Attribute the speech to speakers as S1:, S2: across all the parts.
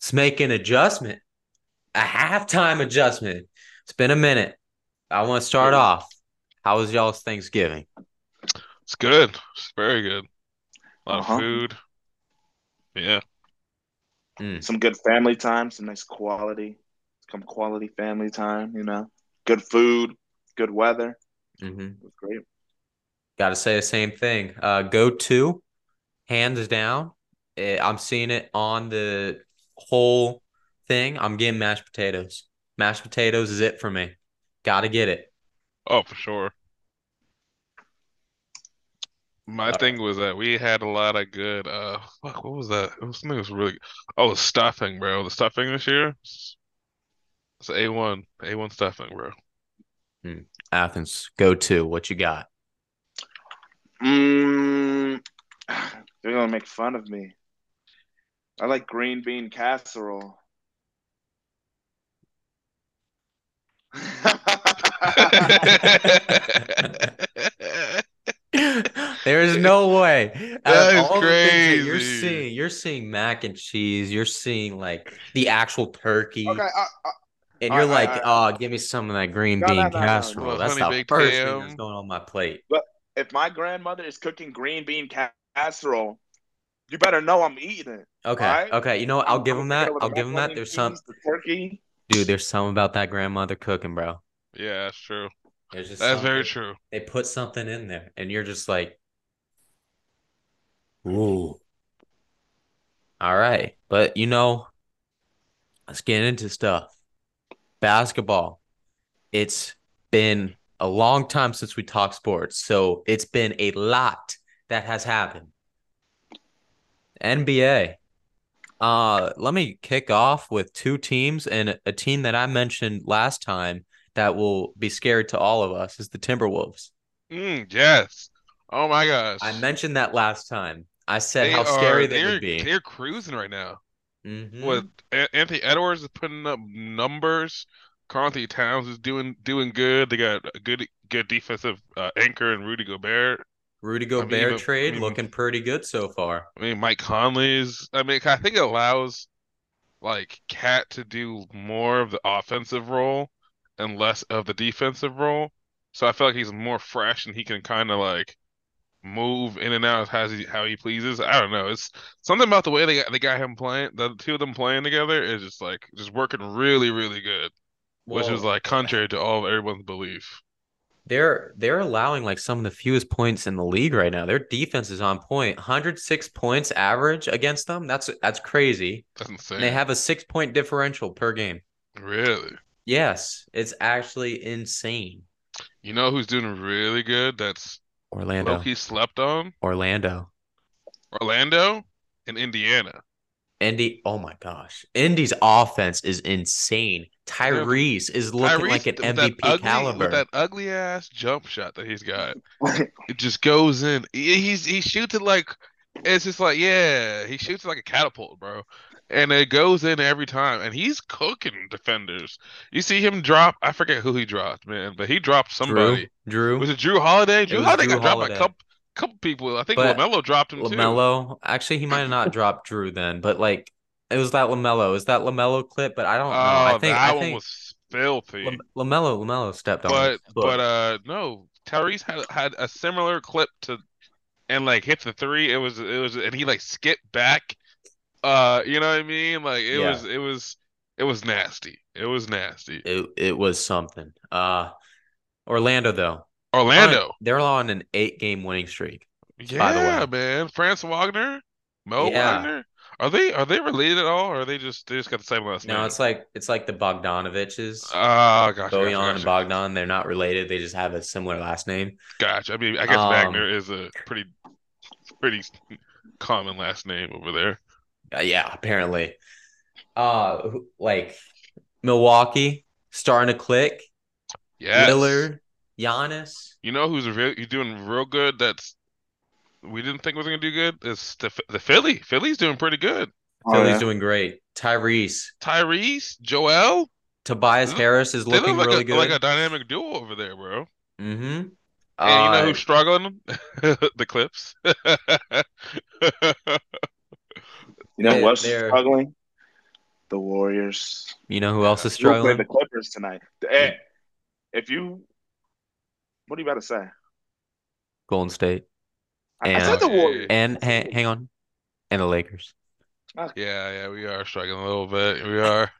S1: Let's make an adjustment, a halftime adjustment. It's been a minute. I want to start off. How was y'all's Thanksgiving?
S2: It's good. It's very good. A lot
S3: Uh-huh.
S2: of food. Yeah.
S3: Some good family time, some nice quality, some quality family time, you know. Good food, good weather.
S1: Mm-hmm.
S3: It was great.
S1: Got to say the same thing. Uh, go to, hands down. Eh, I'm seeing it on the whole thing. I'm getting mashed potatoes. Mashed potatoes is it for me. Got to get it.
S2: Oh, for sure. My
S1: All
S2: thing was that we had a lot of good uh fuck, what was that? It was something that was really Oh, the stuffing, bro. The stuffing this year. It's A1, A1 stuffing, bro.
S1: Athens, go to. What you got?
S3: Mm, they're gonna make fun of me. I like green bean casserole.
S1: There's no way. Out
S2: That
S1: of
S2: is
S1: all the things that you're
S2: crazy.
S1: seeing, you're seeing mac and cheese. You're seeing like the actual turkey,
S3: Okay, I, I,
S1: and
S3: all
S1: you're
S3: right,
S1: like,
S3: all
S1: "Oh, give me some of that green
S3: No,
S1: bean
S3: no, no, no, no.
S1: casserole."
S2: Well,
S1: That's
S2: honey
S1: the
S2: baked
S1: first thing
S2: ham.
S1: that's going on my plate.
S3: if my grandmother is cooking green bean ca- casserole, you better know I'm eating it.
S1: Okay,
S3: Alright.
S1: okay. You know what? I'll
S3: I'm
S1: give them
S3: gonna
S1: that.
S3: go with
S1: I'll
S3: the
S1: give them
S3: macaroni
S1: that.
S3: and
S1: There's some,
S3: cheese, the turkey.
S1: dude. There's something about that grandmother cooking, bro.
S2: Yeah, that's true.
S1: There's just
S2: That's very
S1: something-
S2: true.
S1: They put something in there, and you're just like, "Ooh, all right." But you know, let's get into stuff. Basketball. It's been a long time since we talked sports, so it's been a lot that has happened. NBA. Uh, let me kick off with two teams and a team that I mentioned last time that will be scary to all of us is the Timberwolves.
S2: Mm, yes. Oh my gosh.
S1: I mentioned that last time. I said
S2: They
S1: how scary
S2: are-
S1: they
S2: they're
S1: would be.
S2: they're cruising right now.
S1: Mhm.
S2: With A- Anthony Edwards is putting up numbers. Karl Anthony Towns is doing doing good. They got a good good defensive uh, anchor and Rudy Gobert.
S1: Rudy
S2: mean,
S1: Gobert
S2: even- I
S1: trade
S2: mean-
S1: looking pretty good so far.
S2: I mean Mike Conley's. I mean I think it allows like Cat to do more of the offensive role and less of the defensive role. So I feel like he's more fresh and he can kind of like move in and out as he how he pleases. I don't know. It's something about the way they got they got him playing. The two of them playing together is just like just working really really good. which was
S1: Well,
S2: like contrary to all of everyone's belief.
S1: they're they're allowing like some of the fewest points in the league right now. Their defense is on point. 106 points average against them. That's that's crazy.
S2: That's insane.
S1: And they have a 6-point differential per game.
S2: really.
S1: Yes, it's actually insane.
S2: You know who's doing really good? That's
S1: Orlando.
S2: Loki slept on
S1: Orlando.
S2: Orlando and Indiana.
S1: Indy, oh my gosh. Indy's offense is insane. Tyrese is looking
S2: Tyrese
S1: like an
S2: with that
S1: MVP
S2: ugly,
S1: caliber.
S2: with that ugly ass jump shot that he's got. It just goes in. He- He's he shoots it like it's just like yeah. He shoots it like a catapult, bro. And it goes in every time. And he's cooking defenders. You see him drop. I forget who he dropped, man, but he dropped somebody.
S1: Drew,
S2: Was
S1: Drew
S2: it Drew Holiday? Drew
S1: was
S2: Holiday
S1: Drew
S2: got dropped by
S1: Holiday.
S2: a couple, couple people. I think
S1: But
S2: LaMelo dropped him too.
S1: LaMelo. Actually, he might have not dropped Drew then, but like it was that LaMelo. It was that LaMelo clip, but I don't
S2: Oh,
S1: know. I think
S2: that
S1: I
S2: one
S1: think
S2: was filthy.
S1: La- LaMelo LaMelo stepped on
S2: but
S1: his foot.
S2: but uh no, Tyrese had had a similar clip to and like hit the three. It was it was and he like skipped back. Uh, you know what I mean? Like it
S1: Yeah.
S2: was it was it was nasty. It was nasty.
S1: it it was something. Uh Orlando though.
S2: Orlando.
S1: They're on an 8-game winning streak. by the way.
S2: Yeah, man. France Wagner, Mo
S1: Yeah.
S2: Wagner. Are they are they related at all or are they just they just got the same last
S1: Now
S2: name?
S1: it's like it's like the Bogdanoviches.
S2: Oh, gosh,
S1: Bojan
S2: gosh,
S1: and
S2: gosh.
S1: Bogdan, they're not related. They just have a similar last name.
S2: Gotcha. I mean, I guess
S1: Um,
S2: Wagner is a pretty, pretty common last name over there.
S1: Uh, yeah, apparently. Uh, who- like Milwaukee starting to click.
S2: Yes.
S1: Lillard, Giannis.
S2: You know who's real? You're doing real good. That's we didn't think was gonna do good. Is the the Philly? Philly's doing pretty good.
S3: Oh,
S1: Philly's
S3: yeah.
S1: doing great. Tyrese,
S2: Tyrese, Joel,
S1: Tobias
S2: They look-
S1: Harris is
S2: Hmm. they look
S1: looking
S2: like
S1: really
S2: a like a
S1: good.
S2: dynamic duo over there, bro.
S1: Mm-hmm.
S2: And you know
S1: Uh,
S2: who's struggling? The Clips.
S3: You know
S1: They-
S3: what's
S1: they're-
S3: struggling? Warriors.
S1: You know who else is
S3: You play
S1: struggling?
S3: the Clippers tonight. Hey, if you, what are you about to say?
S1: Golden State
S3: I, I
S1: And-
S3: said the Warriors.
S1: and hang, hang on, and the Lakers.
S2: Yeah, yeah, we are struggling a little bit. We are.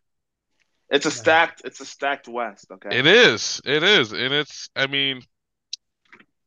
S3: It's a stacked. It's a stacked West. Okay.
S2: It is. It is. And it's, I mean,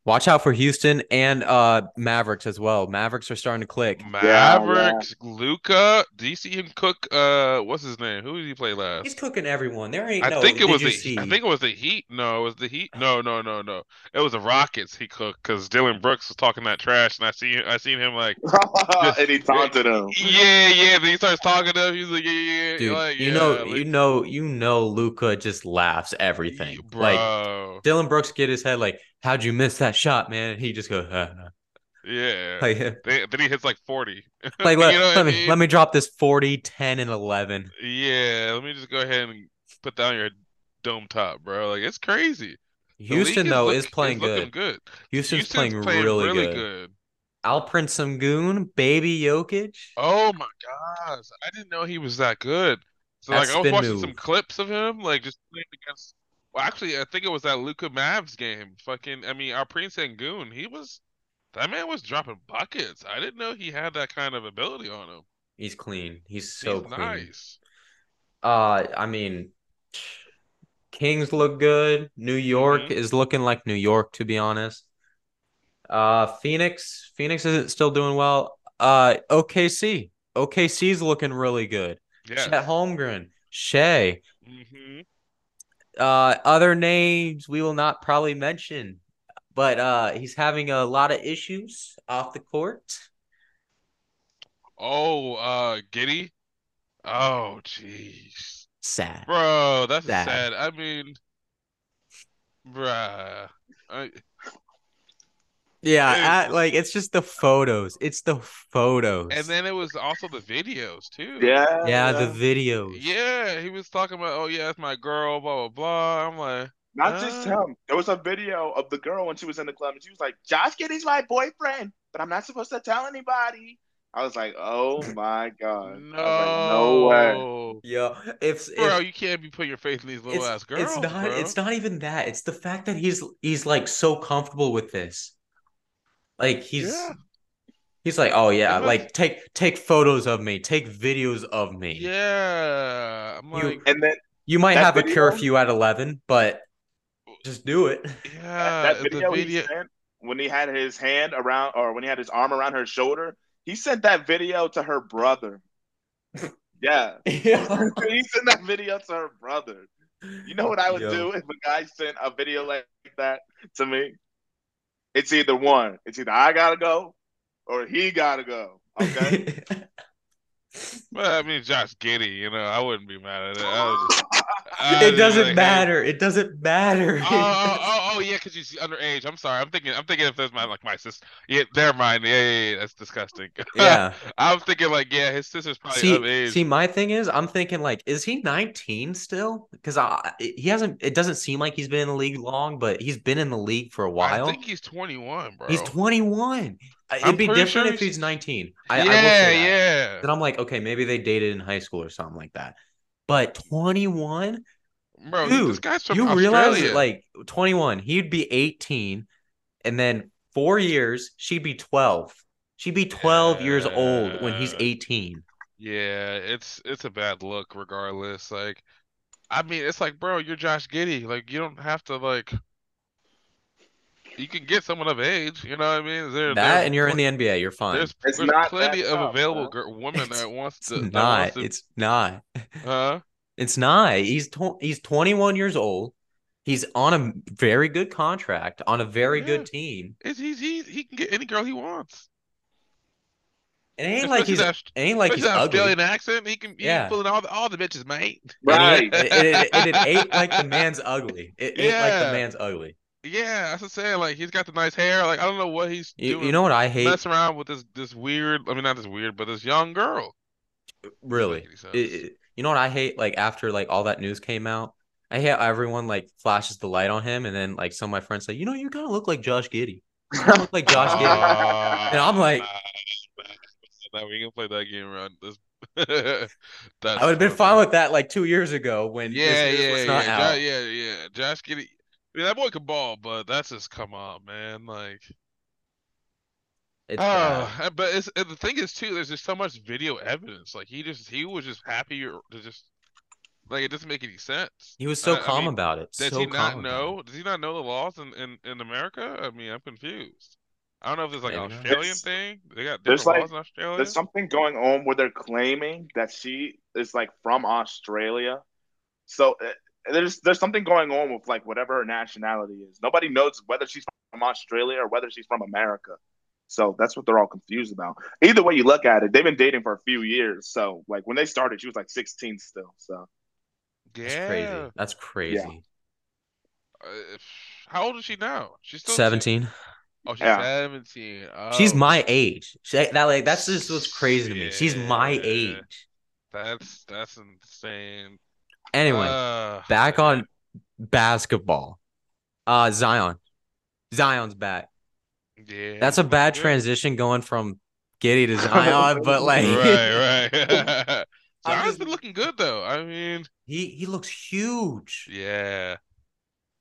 S1: Watch out for Houston and uh Mavericks as well. Mavericks are starting to click.
S3: yeah.
S2: Mavericks, Luca, DC and Cook, uh, what's his name? Who did he play last?
S1: He's cooking everyone. There ain't
S2: I
S1: no.
S2: think it
S1: did
S2: was
S1: you
S2: the
S1: see?
S2: I think it was the Heat. No, it was the Heat. No, no, no, no. It was the Rockets he cooked because Dylan Brooks was talking that trash, and I see I seen him like,
S3: and he taunted him.
S2: yeah, yeah. Then he starts talking to him. He's like, yeah, yeah, yeah.
S1: Dude,
S2: like,
S1: you
S2: yeah,
S1: know,
S2: like,
S1: you know, you know, Luca just laughs everything. Like
S2: bro.
S1: Dylan Brooks get his head like, "How'd you miss that shot, man?" And he just goes, "Uh, "Huh, huh."
S2: Yeah.
S1: like,
S2: Then then he hits like 40.
S1: like
S2: You
S1: let,
S2: know what
S1: let
S2: I
S1: me
S2: mean?
S1: let me drop this 40, 10, and eleven.
S2: Yeah, let me just go ahead and put down your dome top, bro. Like it's crazy. The league
S1: Houston though
S2: look-
S1: is playing
S2: looking
S1: good.
S2: good.
S1: Houston's, playing,
S2: Houston's
S1: really, good. Alprin Samgoon, baby Jokic.
S2: Oh my gosh, I didn't know he was that good. So
S1: That
S2: like I was
S1: spin
S2: watching some
S1: move.
S2: clips of him, like just playing against. Well, actually, I think it was that Luka Mavs game. Fucking, I mean, Alprin Sengun, he was. That man was dropping buckets. I didn't know he had that kind of ability on him.
S1: He's clean. He's so
S2: He's
S1: clean.
S2: nice.
S1: Uh, I mean, Kings look good. New York
S2: Mhm.
S1: is looking like New York, to be honest. Uh, Phoenix, Phoenix isn't still doing well. Uh, OKC, OKC's looking really good.
S2: Yes.
S1: Chet Holmgren, Shea.
S2: hmm
S1: Uh, other names we will not probably mention, but uh, he's having a lot of issues off the court.
S2: Oh, uh, Giddy. Oh, jeez.
S1: Sad.
S2: Bro, that's
S1: Sad.
S2: sad. I mean, bruh. I,
S1: Yeah,
S2: Dude.
S1: at, like it's just the photos. It's the photos.
S2: and then it was also the videos too.
S3: Yeah.
S1: yeah, the videos.
S2: Yeah, he was talking about, oh yeah, that's my girl, blah blah blah. I'm like,
S3: Not just
S2: Uh.
S3: him. There was a video of the girl when she was in the club, and she was like, "Josh Giddy's my boyfriend, but I'm not supposed to tell anybody." I was like, "Oh my god!" I was like, "No way!"
S2: no,
S1: Yo, it's
S2: bro,
S1: it's,
S2: you can't be putting your faith in these little
S1: it's,
S2: ass girls,
S1: it's not
S2: bro.
S1: it's not even that. It's the fact that he's he's like so comfortable with this. Like he's
S2: Yeah.
S1: he's like, "Oh yeah,
S2: It was-
S1: like take take photos of me, take videos of me."
S2: Yeah, I'm
S1: You-
S2: like,
S3: And then
S1: You might
S3: That
S1: have a
S3: video-
S1: curfew at 11, but just do it.
S2: yeah,
S3: that
S2: the
S3: video,
S2: video-
S3: he sent when he had his hand around, or when he had his arm around her shoulder, he sent that video to her brother. yeah,
S1: Yeah.
S3: he sent that video to her brother. You know what I would
S1: Yo.
S3: do if a guy sent a video like that to me? It's either one. It's either I gotta go or he gotta go. Okay.
S2: well, I mean, Josh Giddy, you know, I wouldn't be mad at it. I was just, I
S1: it
S2: was just
S1: doesn't
S2: like, hey,
S1: matter. It doesn't matter.
S2: Oh, oh, oh, oh, yeah, because she's underage. I'm sorry. I'm thinking. I'm thinking if that's my like my sister. Yeah, never mind. Yeah, yeah, yeah, that's disgusting.
S1: yeah.
S2: I'm thinking like, yeah, his sister's probably
S1: See,
S2: underage.
S1: see, my thing is, I'm thinking like, is he 19 still? Because I he hasn't. It doesn't seem like he's been in the league long, but he's been in the league for a
S2: I
S1: while.
S2: think he's 21, bro.
S1: He's 21. I- It'd
S2: I'm
S1: be
S2: pretty
S1: different
S2: sure
S1: if
S2: he's-
S1: he's 19. I, I will
S2: yeah,
S1: say that.
S2: yeah.
S1: Then I'm like, okay, maybe they dated in high school or something like that. But 21,
S2: Bro,
S1: Dude,
S2: this guy's from
S1: you realize
S2: Australia.
S1: that, like 21, he'd be 18, and then four years, she'd be 12. She'd be 12 years old when he's
S2: Yeah.
S1: 18.
S2: Yeah, it's it's a bad look regardless. Like, I mean, it's like, bro, you're Josh Giddey. Like, you don't have to like. You can get someone of age. You know what I mean? There,
S1: That
S2: there-
S1: and you're in the NBA, you're fine.
S2: There's
S3: It's
S2: there's
S3: not
S2: plenty
S3: that
S2: of
S3: tough,
S2: available
S3: bro.
S2: gir- women that wants
S1: It's
S2: to that wants
S1: not.
S2: to
S1: It's not.
S2: huh?
S1: It's not. He's tw- he's 21 years old. He's on a very good contract on a very
S2: Yeah.
S1: good team.
S2: It's he's he he can get any girl he wants.
S1: It ain't like
S2: Especially
S1: he's
S2: that-
S1: it ain't like
S2: especially
S1: he's
S2: that
S1: ugly.
S2: Australian accent. He can he
S1: Yeah.
S2: can pull in all the all the bitches, mate.
S3: Right.
S1: And it, it, it, it, it ain't like the man's ugly. It ain't like the
S2: Yeah.
S1: man's ugly.
S2: Yeah, that's what I'm saying. Like he's got the nice hair. Like I don't know what he's
S1: You, you
S2: doing.
S1: know what I hate?
S2: messing around with this this weird. I mean, not this weird, but this young girl.
S1: Really?
S2: Doesn't make
S1: It-
S2: any sense.
S1: it- you know what I hate? Like after like all that news came out, I hate how everyone like flashes the light on him, and then like some of my friends say, you know, you kind of look like Josh Giddey. You kinda look like Josh Giddey.
S2: Ah,
S1: And I'm like-
S2: nah, nah, nah, we can play that game around this. That's
S1: I would have been fine with that like two years ago when this
S2: Yeah,
S1: news
S2: yeah,
S1: was
S2: yeah,
S1: not
S2: Jo-
S1: out.
S2: yeah, yeah. Josh Giddy. I mean, that boy could ball, but that's just come on, man. Like,
S1: It's
S2: oh,
S1: bad.
S2: and- but it's, and the thing is too. There's just so much video evidence. Like he just he was just happy or- to just like it doesn't make any sense.
S1: He was so
S2: I- I
S1: calm
S2: mean,
S1: about it.
S2: Does
S1: so
S2: he not
S1: calm about
S2: know?
S1: it.
S2: Does he not know the laws in, in, in America? I mean, I'm confused. I don't know if there's like an
S1: Maybe not.
S2: Australian
S3: There's-
S2: thing. They got
S3: there's,
S2: different
S3: like-
S2: laws in Australia.
S3: There's something going on where they're claiming that she is like from Australia. So uh, there's there's something going on with like whatever her nationality is. Nobody knows whether she's from Australia or whether she's from America. So that's what they're all confused about. Either way you look at it, they've been dating for a few years. So like when they started, she was like 16 still. So
S1: That's
S2: Yeah.
S1: crazy. That's crazy.
S2: Uh, how old is she now? She's still
S1: 17.
S2: Oh, she's
S3: Yeah.
S2: 17.
S1: She's
S2: Oh,
S1: my age. She, that like that's just what's crazy to me. She's my
S2: Yeah.
S1: age.
S2: That's that's insane.
S1: Anyway,
S2: Uh,
S1: back on basketball. Uh Zion. Zion's back.
S2: yeah.
S1: That's a bad
S2: Yeah.
S1: transition going from Giddy to Zion, but like
S2: Right, right.
S1: I'm
S2: Zion's
S1: just-
S2: been looking good though. I mean,
S1: he he looks huge.
S2: yeah.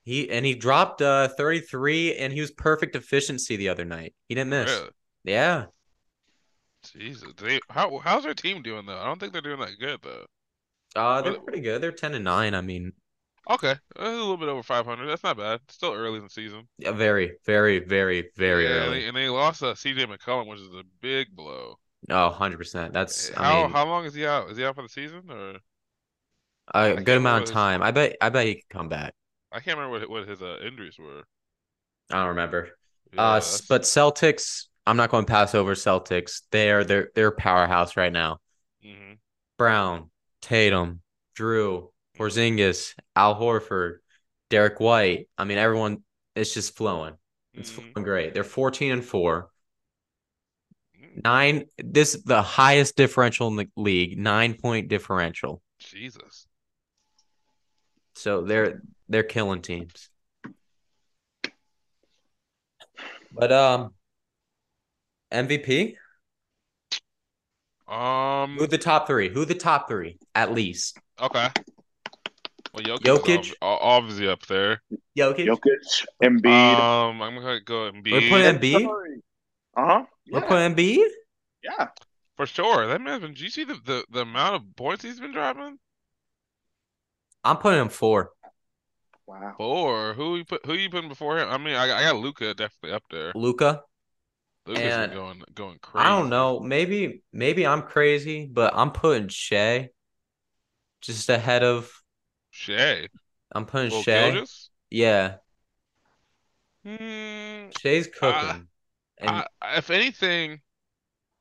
S1: He and he dropped uh 33 and he was perfect efficiency the other night. He didn't miss.
S2: Really.
S1: Yeah.
S2: Jesus. They, how how's their team doing though? I don't think they're doing that good though.
S1: Uh they're
S2: Well,
S1: pretty good. They're 10 and 9. I mean,
S2: Okay, that's a little bit over 500. That's not bad. It's still early in the season.
S1: yeah, very very very very
S2: yeah, and
S1: early.
S2: they, and they lost uh, CJ McCollum, which is a big blow.
S1: Oh, 100%. That's
S2: how
S1: I mean,
S2: how long is he out? Is he out for the season or
S1: a
S2: can't
S1: good
S2: remember
S1: amount of
S2: his-
S1: time. I bet I bet he could come back.
S2: I can't remember what what his uh, injuries were.
S1: I don't remember.
S2: Yeah,
S1: Uh,
S2: that's-
S1: s- but Celtics, I'm not going to pass over Celtics. They are their their powerhouse right now.
S2: mhm.
S1: Brown, Tatum, Drew, Porzingis, Al Horford, Derek White. I mean, everyone. It's just flowing. It's
S2: Mhm.
S1: flowing great. They're 14 and four.
S2: Mm,
S1: Nine. This is the highest differential in the league. Nine point differential.
S2: Jesus.
S1: So they're they're killing teams. But um, MVP.
S2: Um.
S1: Who the top three? Who the top three at least?
S2: Okay. Well, Jokic,
S1: Jokic?
S2: obviously up there.
S1: Jokic.
S3: Jokic, Embiid.
S2: Um, I'm gonna go Embiid
S1: We're putting Embiid.
S3: Uh huh. Yeah.
S1: We're putting Embiid.
S3: yeah.
S2: for sure. That man's been. Do you see the, the the amount of points he's been dropping?
S1: I'm putting him four.
S3: Wow.
S2: Four. Who you put? Who you putting before him? I mean, I, I got Luca definitely up there.
S1: Luca.
S2: Luca's
S1: And-
S2: going going crazy.
S1: I don't know. Maybe maybe I'm crazy, but I'm putting Shea just ahead of.
S2: Shea.
S1: I'm putting
S2: Well,
S1: Shea.
S2: Gilgeous?
S1: Yeah,
S2: Hmm,
S1: Shea's cooking,
S2: Uh,
S1: Mm, and
S2: I- I- if anything,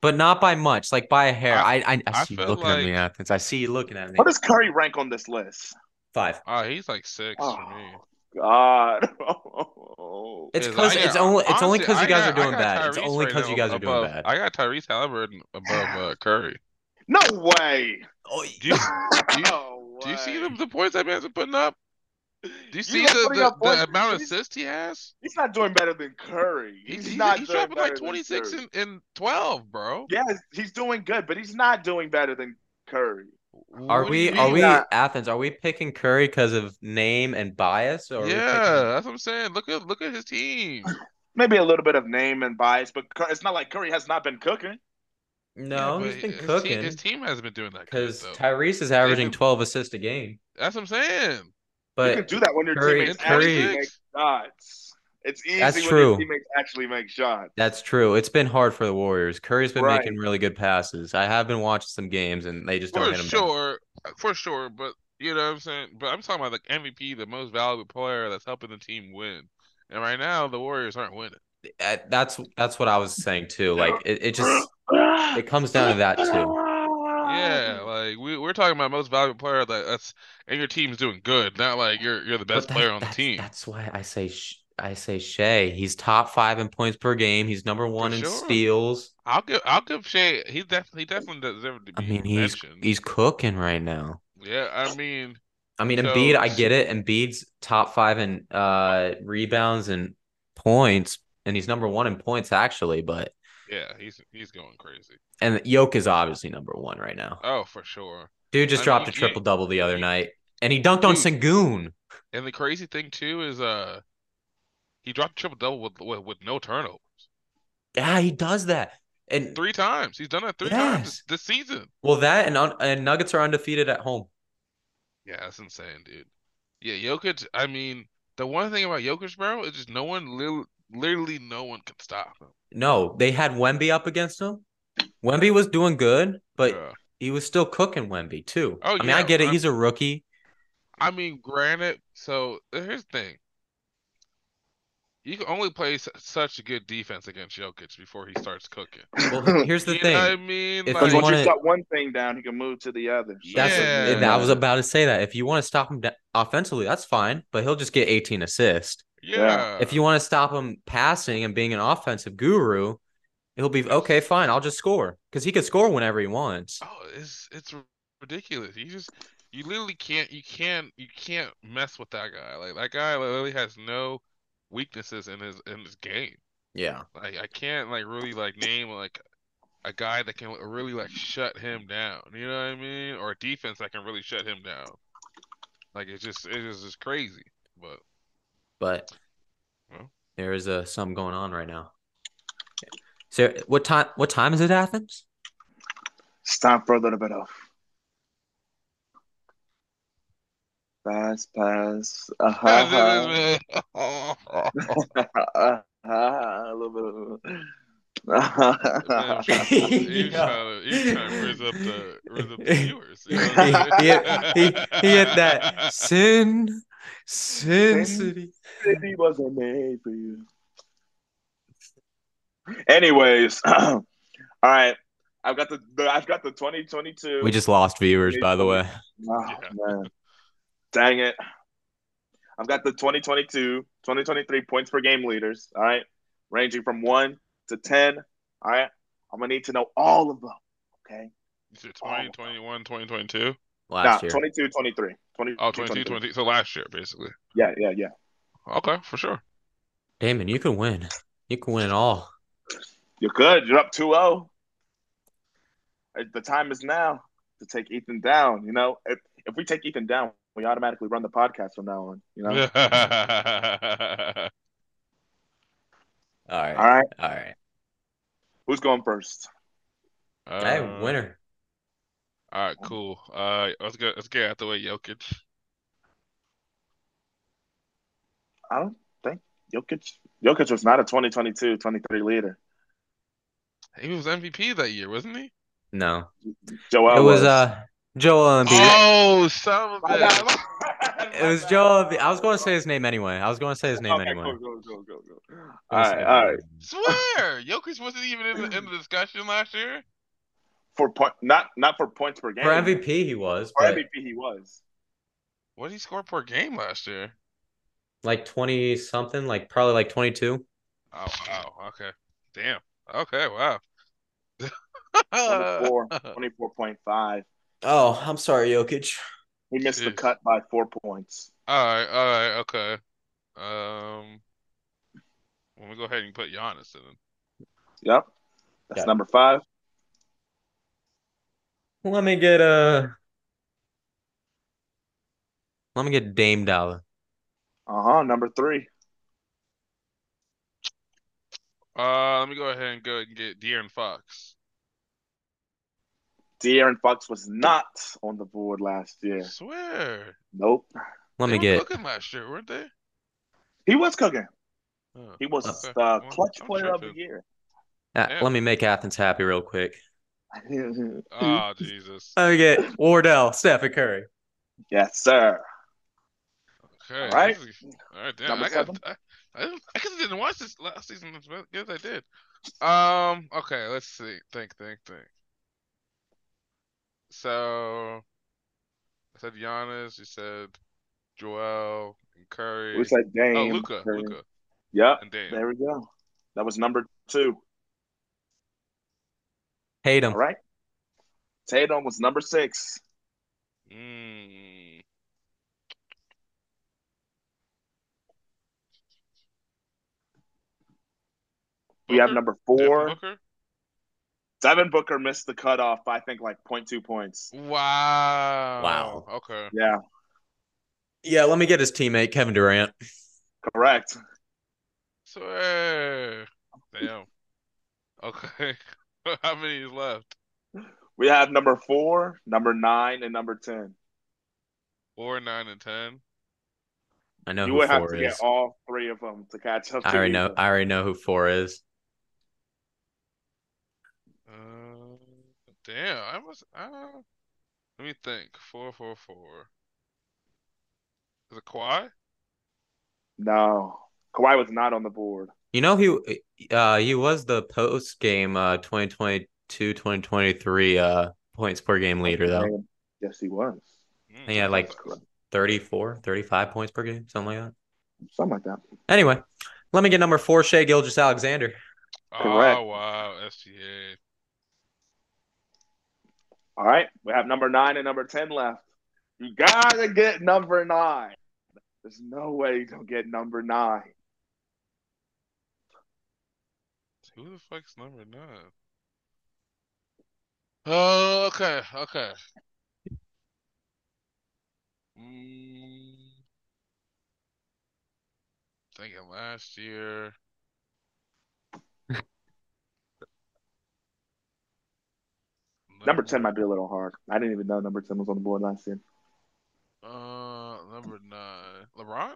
S1: but not by much, like by a hair. I
S2: I-
S1: I, I,
S2: I
S1: see you
S2: feel
S1: looking at me,
S2: like-
S1: Athens. I see you looking at me.
S3: What does Curry rank on this list?
S1: Five.
S2: ah, he's like six for me.
S3: Oh God. Oh.
S1: It's
S2: Is-
S1: because
S2: I got-
S1: it's only it's only
S2: honestly,
S1: because
S2: I
S1: you guys
S2: got-
S1: are
S2: I
S1: doing
S2: got
S1: bad. It's
S2: Tyrese
S1: only
S2: right
S1: because
S2: now
S1: you guys are doing
S2: above-
S1: bad.
S2: I got Tyrese Halliburton above uh, Curry.
S3: No way.
S1: Oh,
S2: Do you, do you,
S3: no
S2: do you see
S3: way.
S2: the, the points that man's been putting up? Do you see
S3: guys
S2: the,
S3: putting
S2: the,
S3: up
S2: the
S3: points?
S2: amount of
S3: He's-
S2: assists he has?
S3: He's not doing better than Curry. He's,
S2: He's, he's,
S3: not
S2: he's
S3: doing
S2: dropping
S3: better
S2: like
S3: than
S2: 26
S3: Curry.
S2: and, and 12, bro.
S3: Yes, he's doing good, but he's not doing better than Curry.
S1: Are
S2: What do you
S1: we are
S2: mean?
S1: we
S3: Yeah.
S1: Athens? Are we picking Curry because of name and bias? Or are we picking-
S2: Yeah, that's what I'm saying. Look at look at his team.
S3: Maybe a little bit of name and bias, but Cur- it's not like Curry has not been cooking.
S1: no,
S2: Yeah,
S1: he's
S2: but
S1: been
S2: his team-
S1: cooking
S2: his team hasn't been doing that good,
S1: because
S2: though.
S1: Tyrese is averaging
S2: been-
S1: twelve assists a game,
S2: That's what I'm saying.
S3: you
S1: but
S3: can do that when your
S1: Curry-
S3: teammates
S1: Curry-
S3: actually make shots. It's easy
S1: That's
S3: when
S1: true.
S3: your teammates actually make shots.
S1: that's true. It's been hard for the Warriors. Curry's been
S3: Right.
S1: making really good passes. I have been watching some games, and they just don't
S2: For
S1: hit him. down.
S2: sure, for sure, but you know what I'm saying. But I'm talking about like MVP, the most valuable player that's helping the team win. And right now, the Warriors aren't winning.
S1: Uh, That's that's what I was saying too. Like it, it just it comes down to that too.
S3: Uh,
S2: Yeah, like we we're talking about most valuable player that that's and your team's doing good, not like you're you're the best
S1: But that-
S2: player on the
S1: that's,
S2: team.
S1: That's why I say Sh- I say Shea. He's top five in points per game. He's number one in
S2: sure.
S1: steals.
S2: I'll give I'll give Shea. He definitely he definitely deserves to
S1: I
S2: be
S1: mean, he's
S2: mentioned.
S1: he's cooking right now.
S2: yeah, I mean,
S1: I mean,
S2: So-
S1: Embiid, I get it. Embiid's top five in uh, rebounds and points, and he's number one in points actually. But
S2: Yeah, he's he's going crazy.
S1: And Yoke is obviously number one right now.
S2: Oh, for sure.
S1: Dude just
S2: I
S1: dropped a
S2: mean, he-
S1: triple double the other night, and he dunked on
S2: Dude.
S1: Sengun.
S2: And the crazy thing too is uh he dropped a triple double with, with with no turnovers.
S1: Yeah, he does that. And
S2: Three times. He's done that three times
S1: Yes.
S2: this, this season.
S1: well, that and un- and Nuggets are undefeated at home.
S2: Yeah, that's insane, dude. Yeah, Jokic, I mean, the one thing about Jokic, bro, is just no one li- literally no one could stop him.
S1: No, they had Wemby up against them. Wemby was doing good, but
S2: Yeah.
S1: he was still cooking Wemby too.
S2: Oh,
S1: I mean,
S2: yeah,
S1: I get it.
S2: I'm-
S1: He's a rookie.
S2: I mean, granted, so here's the thing. You can only play s- such a good defense against Jokic before he starts cooking.
S1: Well, here's the
S2: You know what I
S1: thing.
S2: mean?
S1: If
S3: Because
S1: you wanna-
S2: Like,
S3: once you shut one thing down, he can move to the other. So-
S1: That's
S2: Yeah.
S1: I was about to say that. If you want to stop him da- offensively, that's fine, but he'll just get 18 assists.
S2: yeah.
S1: If you want to stop him passing and being an offensive guru, he'll be okay, fine. I'll just score because he could score whenever he wants.
S2: Oh, it's it's r- ridiculous. You just you literally can't you can't you can't mess with that guy. Like that guy literally has no weaknesses in his in his game.
S1: Yeah.
S2: Like I can't like really like name like a guy that can really like shut him down. You know what I mean? Or a defense that can really shut him down. Like it's just it is just crazy. But
S1: But
S2: Well.
S1: there is uh, some going on right now. So what time what time is it, Athens?
S3: It's time for a little bit of pass, pass. Uh-huh. uh-huh. A little bit of.
S2: Damn, you
S1: Yeah.
S2: trying to you trying to rizz up the rizz up the viewers. You
S1: uh, he,
S2: know
S1: he,
S2: what I'm
S1: hit, he, he hit that
S2: saying?
S1: sin, sin
S3: Sin?
S1: city.
S3: City wasn't made for you. Anyways, all right. I've got the, the I've got the 2022.
S1: We just lost viewers, by the way.
S3: Oh,
S2: Yeah.
S3: man. Dang it. I've got the 2022, 2023 points per game leaders, all right? Ranging from 1 to 10, all right? I'm going to need to know all of them, okay?
S2: Is it 2021, 2022?
S1: Last
S3: nah,
S1: year,
S3: 22, 23. 20,
S2: Oh, 22, 20. So last year, basically.
S3: Yeah, yeah, yeah.
S2: Okay, for sure.
S1: Damon, you can win. You can win it all.
S3: You're good. You're up 2 0. The time is now to take Ethan down, you know? If, if we take Ethan down, we automatically run the podcast from now on, you know?
S1: All right,
S3: All right.
S1: all right.
S3: Who's going first?
S1: hey,
S2: Uh,
S1: winner.
S2: All right, cool. Uh, let's get let's get out the way, Jokic.
S3: I don't think Jokic. Jokic was not a 2022 23 leader.
S2: He was MVP that year, wasn't he?
S1: No,
S3: Joel
S1: it was uh Joel Embiid.
S2: Oh, some of
S3: My
S2: it.
S3: bad.
S1: It was Joel. Embiid. I was going to say his name anyway. I was going to say his name
S3: Oh, Okay,
S1: anyway.
S3: cool, cool, cool, cool, cool.
S1: I
S3: All
S1: was-
S3: right, all right.
S2: Swear, Jokic wasn't even in the, in the discussion last year.
S3: For point, not not for points per game.
S1: For MVP, he was
S3: For
S1: but
S3: MVP, he was.
S2: What did he score per game last year?
S1: like twenty something, like probably like twenty two.
S2: Oh, wow. Okay. Damn. Okay. Wow. Uh,
S3: 24, 24.5.
S1: Oh, I'm sorry, Jokic.
S3: He missed the
S2: Jeez.
S3: cut by four points.
S2: All right, all right, okay. Um, let me go ahead and put Giannis in.
S3: Yep. That's
S1: Yeah.
S3: number five.
S1: Let me get uh Let me get Dame Dollar.
S3: Uh huh. Number three.
S2: Uh, let me go ahead and go and get De'Aaron Fox.
S3: De'Aaron Fox was not on the board last year.
S2: Swear,
S3: Nope.
S1: Let
S2: they
S1: me
S2: were
S1: get
S2: cooking last year, weren't they?
S3: He was cooking.
S2: Oh,
S3: He was
S2: Okay.
S3: the
S2: Well,
S3: clutch
S2: I'm
S3: player of the
S2: tripping.
S3: year.
S1: uh,
S2: Yeah.
S1: let me make Athens happy real quick.
S2: Oh, Jesus.
S1: Let me get Wardell, Stephen Curry.
S3: yes, sir.
S2: Okay.
S3: right.
S2: this is- All right. Damn.
S3: Number
S2: I got.
S3: seven.
S2: I, I, didn't- I guess I didn't watch this last season as well. Yes, I did. Um. Okay. Let's see. Think. Think. Think. So, I said Giannis. You said Joel and Curry.
S3: We said Dame.
S2: oh, Luca.
S3: Curry.
S2: Luca
S3: Yep.
S2: and Dame.
S3: There we go. That was number two.
S1: Hate him.
S3: All right. Tatum was number six.
S2: Mm.
S3: We have
S2: Booker?
S3: number
S2: Devin
S3: four.
S2: Booker?
S3: Devin Booker missed the cutoff by I think like 0.2 points.
S2: Wow.
S1: Wow.
S2: Okay.
S3: Yeah,
S1: Yeah, let me get his teammate, Kevin Durant.
S3: correct.
S2: Swear. Damn. Okay. How many is left?
S3: We have number four, number nine, and number ten.
S2: Four, nine, and ten.
S1: I know
S3: you
S1: who
S3: would have
S1: four
S3: to
S1: is.
S3: get all three of them to catch up.
S1: I
S3: to
S1: already
S3: you.
S1: know I already know who four is.
S2: Uh, damn. I was. Uh, let me think. Four, four, four. Is it Kawhi?
S3: No, Kawhi was not on the board.
S1: You know he uh he was the post game uh 2022 2023 uh points per game leader though.
S3: Yes, he was.
S2: Mm,
S1: Yeah, like-
S2: that's-
S3: Correct.
S1: 34, 35 points per game, something like that.
S3: Something like that.
S1: Anyway, let me get number 4 Shea Gilgis Alexander.
S3: Correct.
S2: Oh, wow. SGA.
S3: All right, we have number nine and number ten left. You gotta get number nine. There's no way you don't get number nine.
S2: Who the fuck's number nine? Oh, okay, okay. Mm, thinking last year.
S3: Number ten might be a little hard. I didn't even know number ten was on the board last year.
S2: Uh, number nine. LeBron?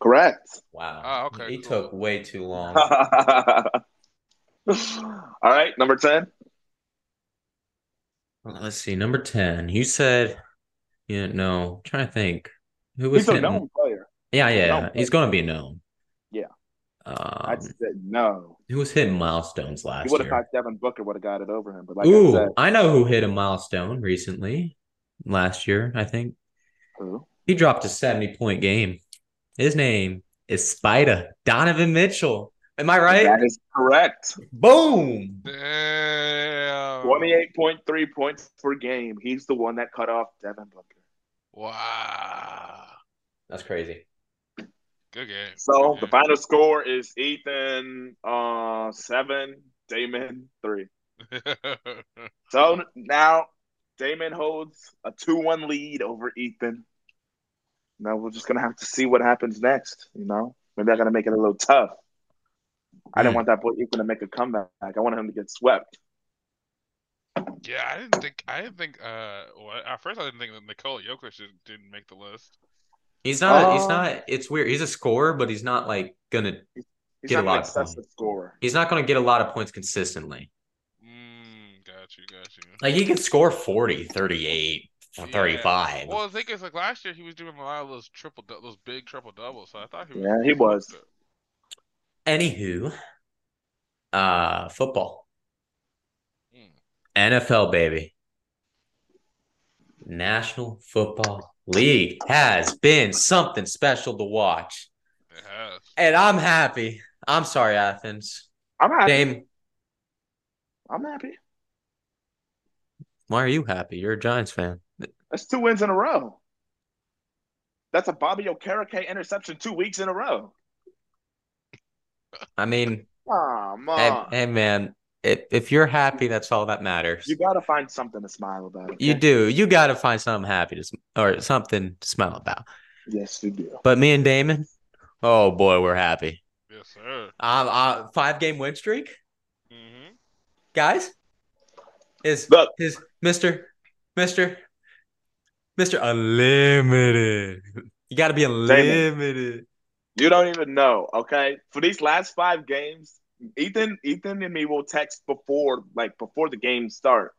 S3: Correct.
S1: Wow.
S2: Ah, okay,
S1: He
S2: cool.
S1: took way too long.
S3: All right, number ten.
S1: Let's see, number 10. You said yeah, no. I'm trying to think. Who was
S3: He's a
S1: hitting?
S3: known player.
S1: Yeah, yeah,
S3: known
S1: yeah. He's going to be known.
S3: Yeah. I
S1: Um,
S3: just said no.
S1: who was hitting milestones
S3: You
S1: last
S3: would have
S1: year?
S3: thought Devin Booker would have got it over him, but like I
S1: Ooh,
S3: said,
S1: I know who hit a milestone recently. Last year, I think.
S3: who?
S1: He dropped a 70 point game. His name is Spider Donovan Mitchell. Am I right?
S3: That is correct.
S1: Boom. Um,
S2: Damn.
S3: Twenty-eight point three points per game. He's the one that cut off Devin Booker.
S2: Wow.
S1: That's crazy.
S2: Good game.
S3: So
S2: Good
S3: the
S2: game.
S3: final score is Ethan uh seven, Damon three. So now Damon holds a two-one lead over Ethan. Now we're just gonna have to see what happens next. You know, maybe I gotta make it a little tough. I didn't
S1: Hmm.
S3: want that boy Ethan to make a comeback. I wanted him to get swept.
S2: Yeah, I didn't think I didn't think uh well, at first I didn't think that Nicole Jokic didn't, didn't make the list.
S1: He's not. he's
S3: Oh.
S1: not. It's weird. He's a scorer, but he's not like gonna.
S3: He's
S1: Get a
S3: not
S1: lot
S3: an
S1: of points.
S3: excessive scorer.
S1: He's not gonna get a lot of points consistently.
S2: Mm, got you, got you.
S1: Like he could score 40, 38, or
S2: Yeah.
S1: 35.
S2: Well, I think it's like last year he was doing a lot of those triple dou- those big triple doubles, so I thought he was
S3: Yeah, he was.
S1: Anywho, uh, football,
S2: Mm.
S1: NFL, baby. National Football League has been something special to watch,
S2: It has.
S1: and I'm happy. I'm sorry, Athens.
S3: I'm happy.
S1: Dame,
S3: I'm happy.
S1: why are you happy? You're a Giants fan.
S3: That's two wins in a row. That's a Bobby Okereke interception two weeks in a row.
S1: I mean,
S3: Come
S1: hey,
S3: on.
S1: hey, man, if if you're happy, that's all that matters.
S3: you gotta find something to smile about. okay?
S1: You do. You got to find something happy to sm- or something to smile about.
S3: Yes, you do.
S1: But me and Damon, oh boy, we're happy.
S2: Yes, sir.
S1: Um, uh, five game win streak,
S2: Mm-hmm.
S1: guys. Is
S3: Look,
S1: his Mister, Mister, Mister Unlimited? You got to be unlimited.
S3: you don't even know, okay? For these last five games, Ethan, Ethan and me will text before like before the game start.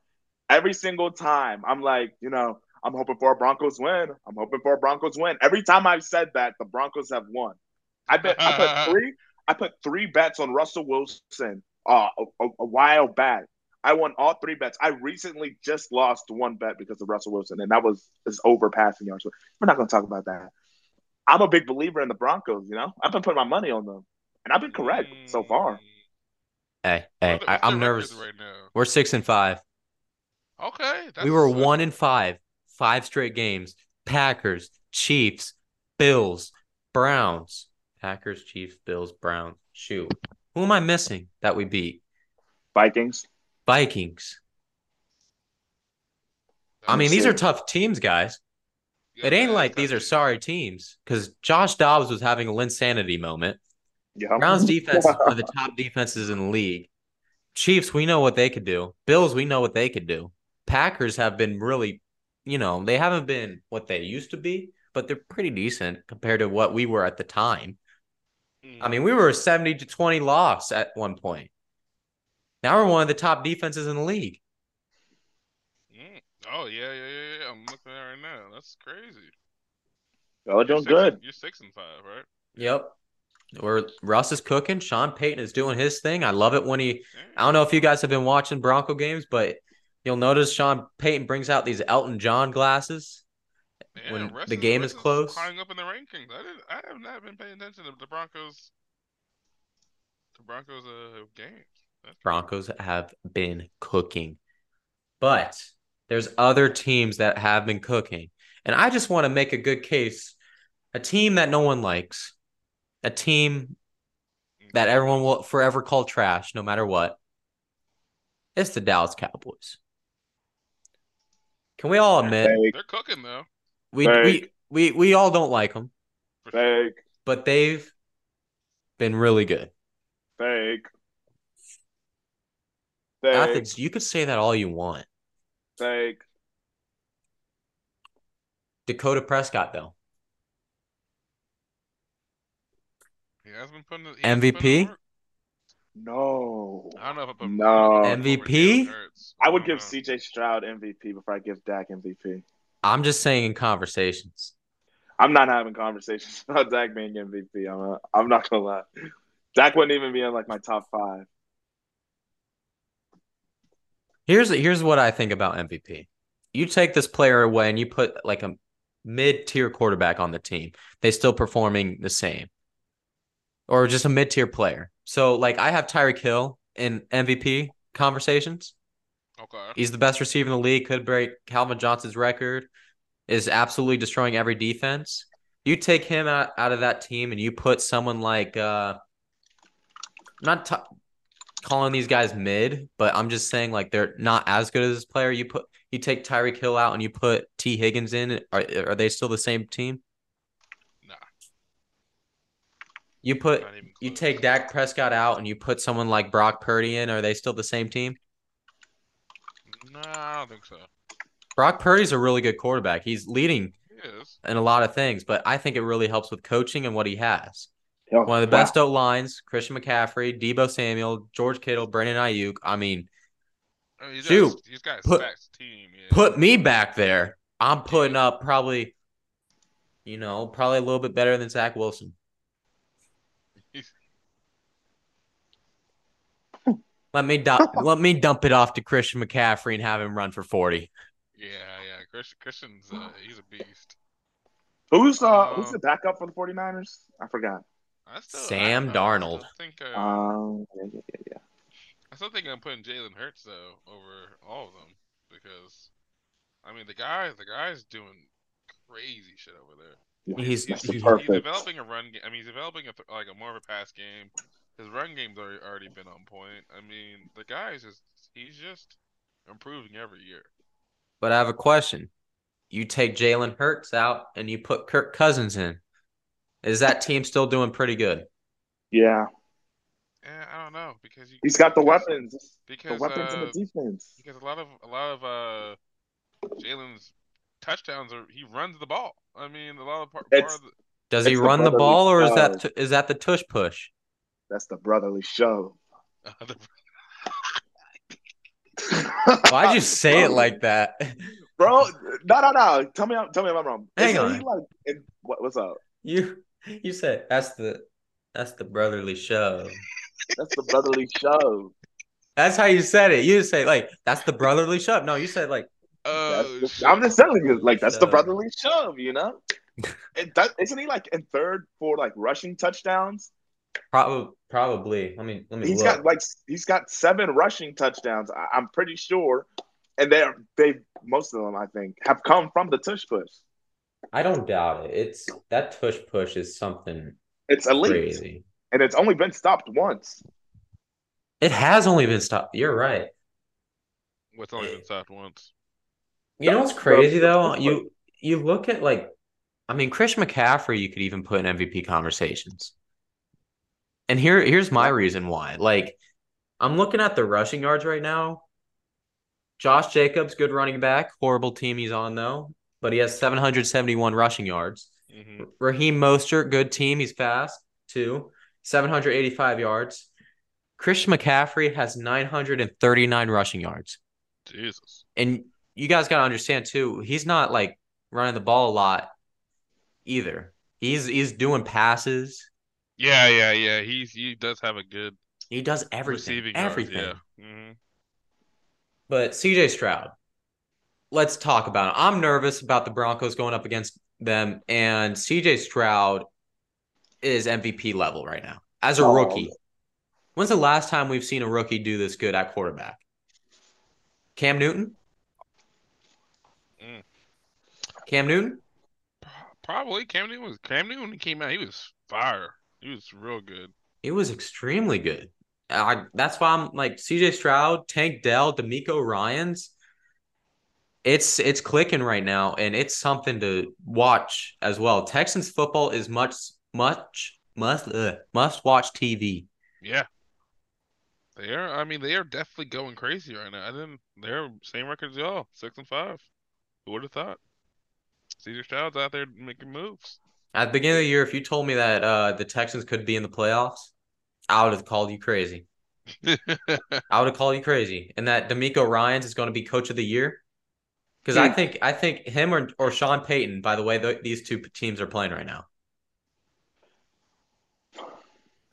S3: Every single time I'm like, you know, I'm hoping for a Broncos win. I'm hoping for a Broncos win. Every time I've said that, the Broncos have won. I bet I put three I put three bets on Russell Wilson uh, a, a, a while back. I won all three bets. I recently just lost one bet because of Russell Wilson, and that was is over passing yards. We're not going to talk about that. I'm a big believer in the Broncos. You know, I've been putting my money on them, and I've been correct so
S2: Mm.
S3: far.
S1: Hey, hey, I, I'm nervous.
S2: right now.
S1: We're six and five.
S2: Okay, that's
S1: we were
S2: solid.
S1: one and five, five straight games. Packers, Chiefs, Bills, Browns. Packers, Chiefs, Bills, Browns. Shoot. Who am I missing that we beat?
S3: Vikings.
S1: Vikings. I mean, these are tough teams, guys. It ain't like these are sorry teams because Josh Dobbs was having a Linsanity moment.
S3: Yeah.
S1: Browns defense is one of the top defenses in the league. Chiefs, we know what they could do. Bills, we know what they could do. Packers have been really, you know, they haven't been what they used to be, but they're pretty decent compared to what we were at the time.
S2: mm,
S1: I mean, we were a 70 to 20 loss at one point. Now we're one of the top defenses in the league.
S2: Mm. Oh yeah, yeah, yeah, yeah. I'm looking at it right now. That's crazy.
S3: Y'all are
S2: You're
S3: doing
S2: six and-
S3: good.
S2: You're six and five, right?
S1: Yep. Where Russ is cooking, Sean Payton is doing his thing. I love it when he
S2: Damn.
S1: I don't know if you guys have been watching Bronco games, but you'll notice Sean Payton brings out these Elton John glasses.
S2: Damn,
S1: when
S2: Russ
S1: the game
S2: Russ
S1: is close.
S2: Climbing up in the rankings. I didn't. I have not been paying attention to the Broncos. The Broncos uh games. That's
S1: Broncos have been cooking. But there's other teams that have been cooking. And I just want to make a good case a team that no one likes, a team that everyone will forever call trash no matter what. It's the Dallas Cowboys. Can we all admit
S3: Fake,
S2: They're cooking though.
S1: we we,
S3: Fake.
S1: we we all don't like them,
S2: For sure.
S3: fake,
S1: but they've been really good.
S3: fake, fake,
S1: Athens, you could say that all you want.
S3: fake.
S1: Dakota Prescott though.
S2: He has been putting. the- he has been putting in
S1: MVP?
S2: work.
S3: No.
S2: I don't know if I put
S3: No.
S2: over
S1: MVP?
S2: Jalen Hurts. Uh,
S3: I would
S2: don't
S3: give
S2: know.
S3: CJ Stroud MVP before I give Dak MVP.
S1: I'm just saying in conversations.
S3: I'm not having conversations about Dak being MVP. I'm not, I'm not gonna lie. Dak wouldn't even be in like my top five.
S1: Here's here's what I think about MVP. You take this player away and you put like a mid-tier quarterback on the team. They still performing the same. Or just a mid-tier player. So like I have Tyreek Hill in MVP conversations.
S2: Okay.
S1: He's the best receiver in the league, could break Calvin Johnson's record, is absolutely destroying every defense. You take him out, out of that team and you put someone like uh I'm not t- calling these guys mid, but I'm just saying like they're not as good as this player. You put you take Tyreek Hill out and you put T Higgins in. Are are they still the same team?
S2: Nah.
S1: You put
S2: not even
S1: you
S2: close.
S1: take Dak Prescott out and you put someone like Brock Purdy in. Are they still the same team?
S2: No, I don't think so.
S1: Brock Purdy's a really good quarterback. He's leading
S2: He is.
S1: in a lot of things, but I think it really helps with coaching and what he has.
S3: Yo,
S1: One of the
S3: wow.
S1: best O lines: Christian McCaffrey, Debo Samuel, George Kittle, Brandon Ayuk. I mean,
S2: I mean, he
S1: Shoot.
S2: does- He's got a
S1: Put-
S2: stacked team. Yeah.
S1: put me back there. I'm putting up probably, you know, probably a little bit better than Zach Wilson. Let me dump, let me dump it off to Christian McCaffrey and have him run for forty.
S2: Yeah, yeah. Christian, Christian's uh, he's a beast.
S3: Who's uh,
S2: Uh,
S3: who's the backup for the 49ers? I forgot.
S2: I still,
S1: Sam
S2: I, I
S1: Darnold.
S2: still think uh,
S3: Um, yeah, yeah, yeah, yeah.
S2: I still think I'm putting Jalen Hurts though over all of them because, I mean, the guy the guy's doing crazy shit over there.
S1: He's,
S3: That's the
S1: he's-
S3: perfect.
S2: He's developing a run game. I mean, he's developing a th- like a more of a pass game. His run game's already already been on point. I mean, the guy's just he's just improving every year.
S1: but I have a question. You take Jalen Hurts out and you put Kirk Cousins in. Is that team still doing pretty good?
S3: Yeah,
S2: And I don't know because you,
S3: he's got the
S2: because-
S3: weapons. The
S2: Because
S3: weapons
S2: uh,
S3: in the defense.
S2: because a lot of a lot of uh Jalen's touchdowns are he runs the ball. I mean, a lot of part, part
S3: It's-
S2: of the,
S1: Does he
S3: It's the
S1: run the
S3: brotherly
S1: ball or is that
S3: love.
S1: t- is that the tush push?
S3: That's the brotherly show.
S2: the
S1: Why'd you say it like that?
S3: bro? No, no, no. Tell me, tell me if I'm wrong.
S1: Hang
S3: Isn't
S1: on.
S3: He like, in, what, what's up?
S1: You you said that's the that's the brotherly show.
S3: That's the brotherly show.
S1: That's how you said it. You say like that's the brotherly show. No, you said like
S3: That's
S2: oh,
S3: the-
S2: shit.
S3: I'm just telling you, like that's the
S1: Shove.
S3: brotherly shove, you know. And that, isn't he like in third for like rushing touchdowns?
S1: probably probably. Let me let me
S3: He's
S1: look.
S3: got like s- he's got seven rushing touchdowns. I, I'm pretty sure, and they're they most of them I think have come from the tush push.
S1: I don't doubt it. It's that tush push is something
S3: It's elite,
S1: crazy.
S3: and it's only been stopped once.
S1: It has only been stopped. You're right.
S2: What's only
S1: Eh.
S2: been sacked once.
S1: You know what's
S3: That's
S1: crazy
S3: rough.
S1: though? You you look at like I mean Chris McCaffrey you could even put in MVP conversations. And here here's my reason why. Like I'm looking at the rushing yards right now. Josh Jacobs, good running back, horrible team he's on though, but he has 771 rushing yards.
S2: hmm
S1: Raheem Mostert, good team, he's fast too, 785 yards. Chris McCaffrey has 939 rushing yards.
S2: Jesus.
S1: And you guys got to understand too, he's not like running the ball a lot either. He's he's doing passes.
S2: Yeah, yeah, yeah. He's he does have a good
S1: He does everything.
S2: receiving yards,
S1: everything.
S2: yeah. hmm
S1: But CJ Stroud, let's talk about it. I'm nervous about the Broncos going up against them and CJ Stroud is MVP level right now as a
S3: Oh.
S1: rookie. When's the last time we've seen a rookie do this good at quarterback? Cam Newton?
S2: Mm.
S1: Cam Newton?
S2: Probably Cam Newton was Cam Newton when he came out. He was fire. He was real good.
S1: It was extremely good. I, that's why I'm like CJ Stroud, Tank Dell, D'Amico Ryan's. It's it's clicking right now, and it's something to watch as well. Texans football is much much must ugh, must watch TV.
S2: Yeah. They are. I mean, they are definitely going crazy right now. I didn't. They're same record as y'all, six and five. Who would have thought? Cedar Stroud's out there making moves.
S1: At the beginning of the year, if you told me that uh, the Texans could be in the playoffs, I would have called you crazy. I would have called you crazy, and that D'Amico Ryan's is going to be coach of the year because I
S3: Hmm.
S1: think I think him or or Sean Payton. By the way, th- these two teams are playing right now.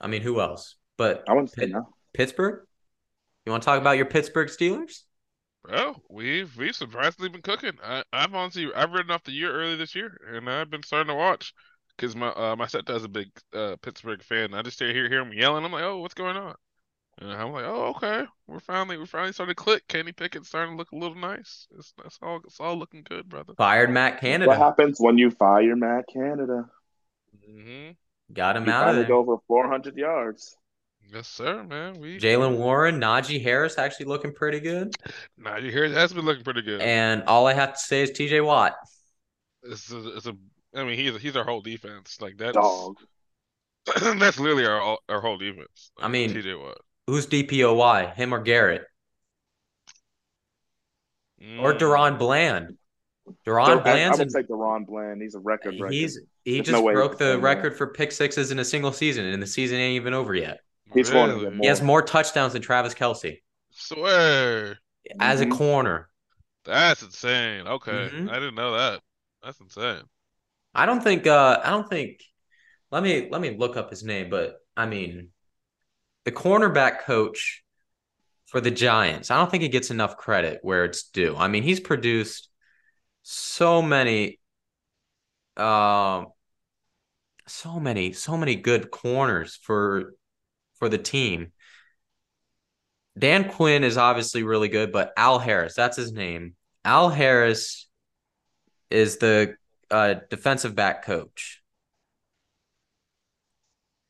S1: I mean, who else? But
S3: I wouldn't say no.
S1: Pittsburgh. You want to talk about your Pittsburgh Steelers?
S2: Bro, we've we've surprisingly been cooking. I, I've honestly I've written off the year early this year, and I've been starting to watch because my uh, my stepdad's a big uh, Pittsburgh fan. I just hear hear him yelling. I'm like, oh, what's going on? And I'm like, oh, okay, we're finally we're finally starting to click. Kenny Pickett's starting to look a little nice. It's that's all it's all looking good, brother.
S1: Fired Matt
S3: What
S1: Canada.
S3: happens when you fire Matt Canada?
S2: hmm
S1: Got him
S3: He
S1: out of
S3: finally
S1: there.
S3: go over 400 yards.
S2: Yes, sir, man. We
S1: Jalen Warren, Najee Harris actually looking pretty good.
S2: now you hear that's been looking pretty good.
S1: And all I have to say is TJ Watt.
S2: It's a, it's a I mean he's he's our whole defense. Like that's
S3: Dog.
S2: that's literally our all- our whole defense.
S1: I mean-
S2: TJ Watt.
S1: Who's DPOY? Him or Garrett? Or
S2: Mm.
S1: Deron Bland?
S3: So,
S1: Deron
S3: I, I
S1: Bland's
S3: would
S1: in
S3: take the Ron Bland. He's a record breaker.
S1: He's he
S3: There's
S1: just
S3: no way uh,
S1: broke
S3: he's
S1: the
S3: done that.
S1: record for pick sixes in a single season, and the season ain't even over yet.
S3: He's going to get
S2: Really?
S1: He has more touchdowns than Travis Kelsey
S2: Swear.
S1: as a
S3: Mhm.
S1: corner.
S2: That's insane. Okay.
S1: Mhm.
S2: I didn't know that. That's insane.
S1: I don't think. Uh, I don't think. Let me let me look up his name, but I mean, the cornerback coach for the Giants. I don't think he gets enough credit where it's due. I mean, he's produced so many, um, so many, so many good corners for for the team. Dan Quinn is obviously really good, but Al Harris, that's his name. Al Harris is the uh, defensive back coach.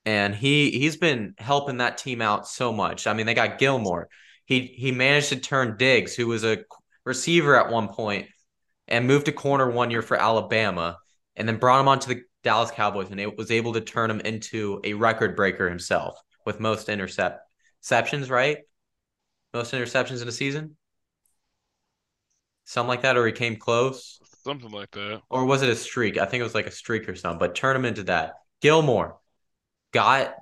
S1: And he he's been helping that team out so much. I mean, they got Gilmore. He he managed to turn Diggs, who was a qu- receiver at one point, and moved to corner one year for Alabama, and then brought him onto the Dallas Cowboys, and it was able to turn him into a record breaker himself with most intercept interceptions, right? Most interceptions in a season, something like that, or he came close
S2: Something like that.
S1: or was it a streak? I think it was like a streak or something, but turn him into that. Gilmore got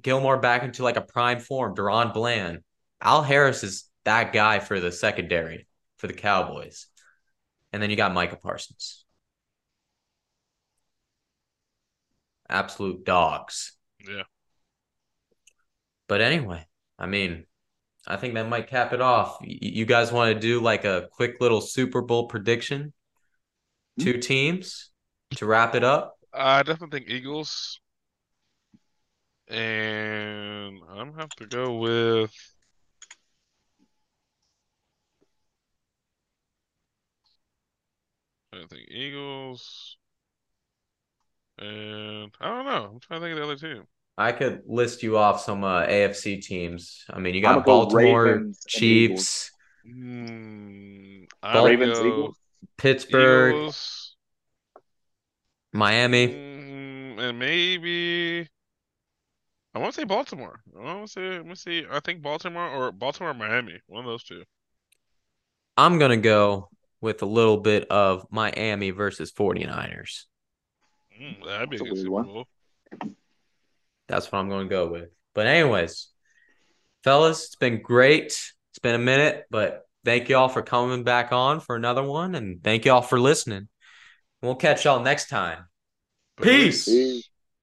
S1: Gilmore back into like a prime form. Deron Bland. Al Harris is that guy for the secondary for the Cowboys. And then you got Micah Parsons. Absolute dogs.
S2: Yeah.
S1: But anyway, I mean, I think that might cap it off. Y- you guys want to do like a quick little Super Bowl prediction?
S3: Hmm?
S1: Two teams to wrap it up?
S2: I definitely think Eagles. And I'm gonna have to go with I think Eagles. And I don't know. I'm trying to think of the other team.
S1: I could list you off some uh, AFC teams. I mean, you
S3: I'ma
S1: got
S3: go
S1: Baltimore,
S3: Ravens and
S1: Chiefs,
S2: Mm, I
S1: Ball-
S2: would
S3: Ravens,
S2: go
S3: Eagles.
S1: Pittsburgh,
S2: Eagles,
S1: Miami.
S2: mm, and maybe I want to say Baltimore. I want to say, let me see. I think Baltimore or Baltimore, or Miami. One of those two.
S1: I'm going to go with a little bit of Miami versus 49ers.
S2: Mm, that'd be
S3: That's
S2: a
S3: a
S2: good
S3: weird
S2: Super
S3: one.
S2: Bowl.
S1: That's what I'm going to go with. But, anyways, fellas, it's been great. It's been a minute, but thank y'all for coming back on for another one. And thank y'all for listening. We'll catch y'all next time.
S2: But-
S1: Peace.
S3: Peace.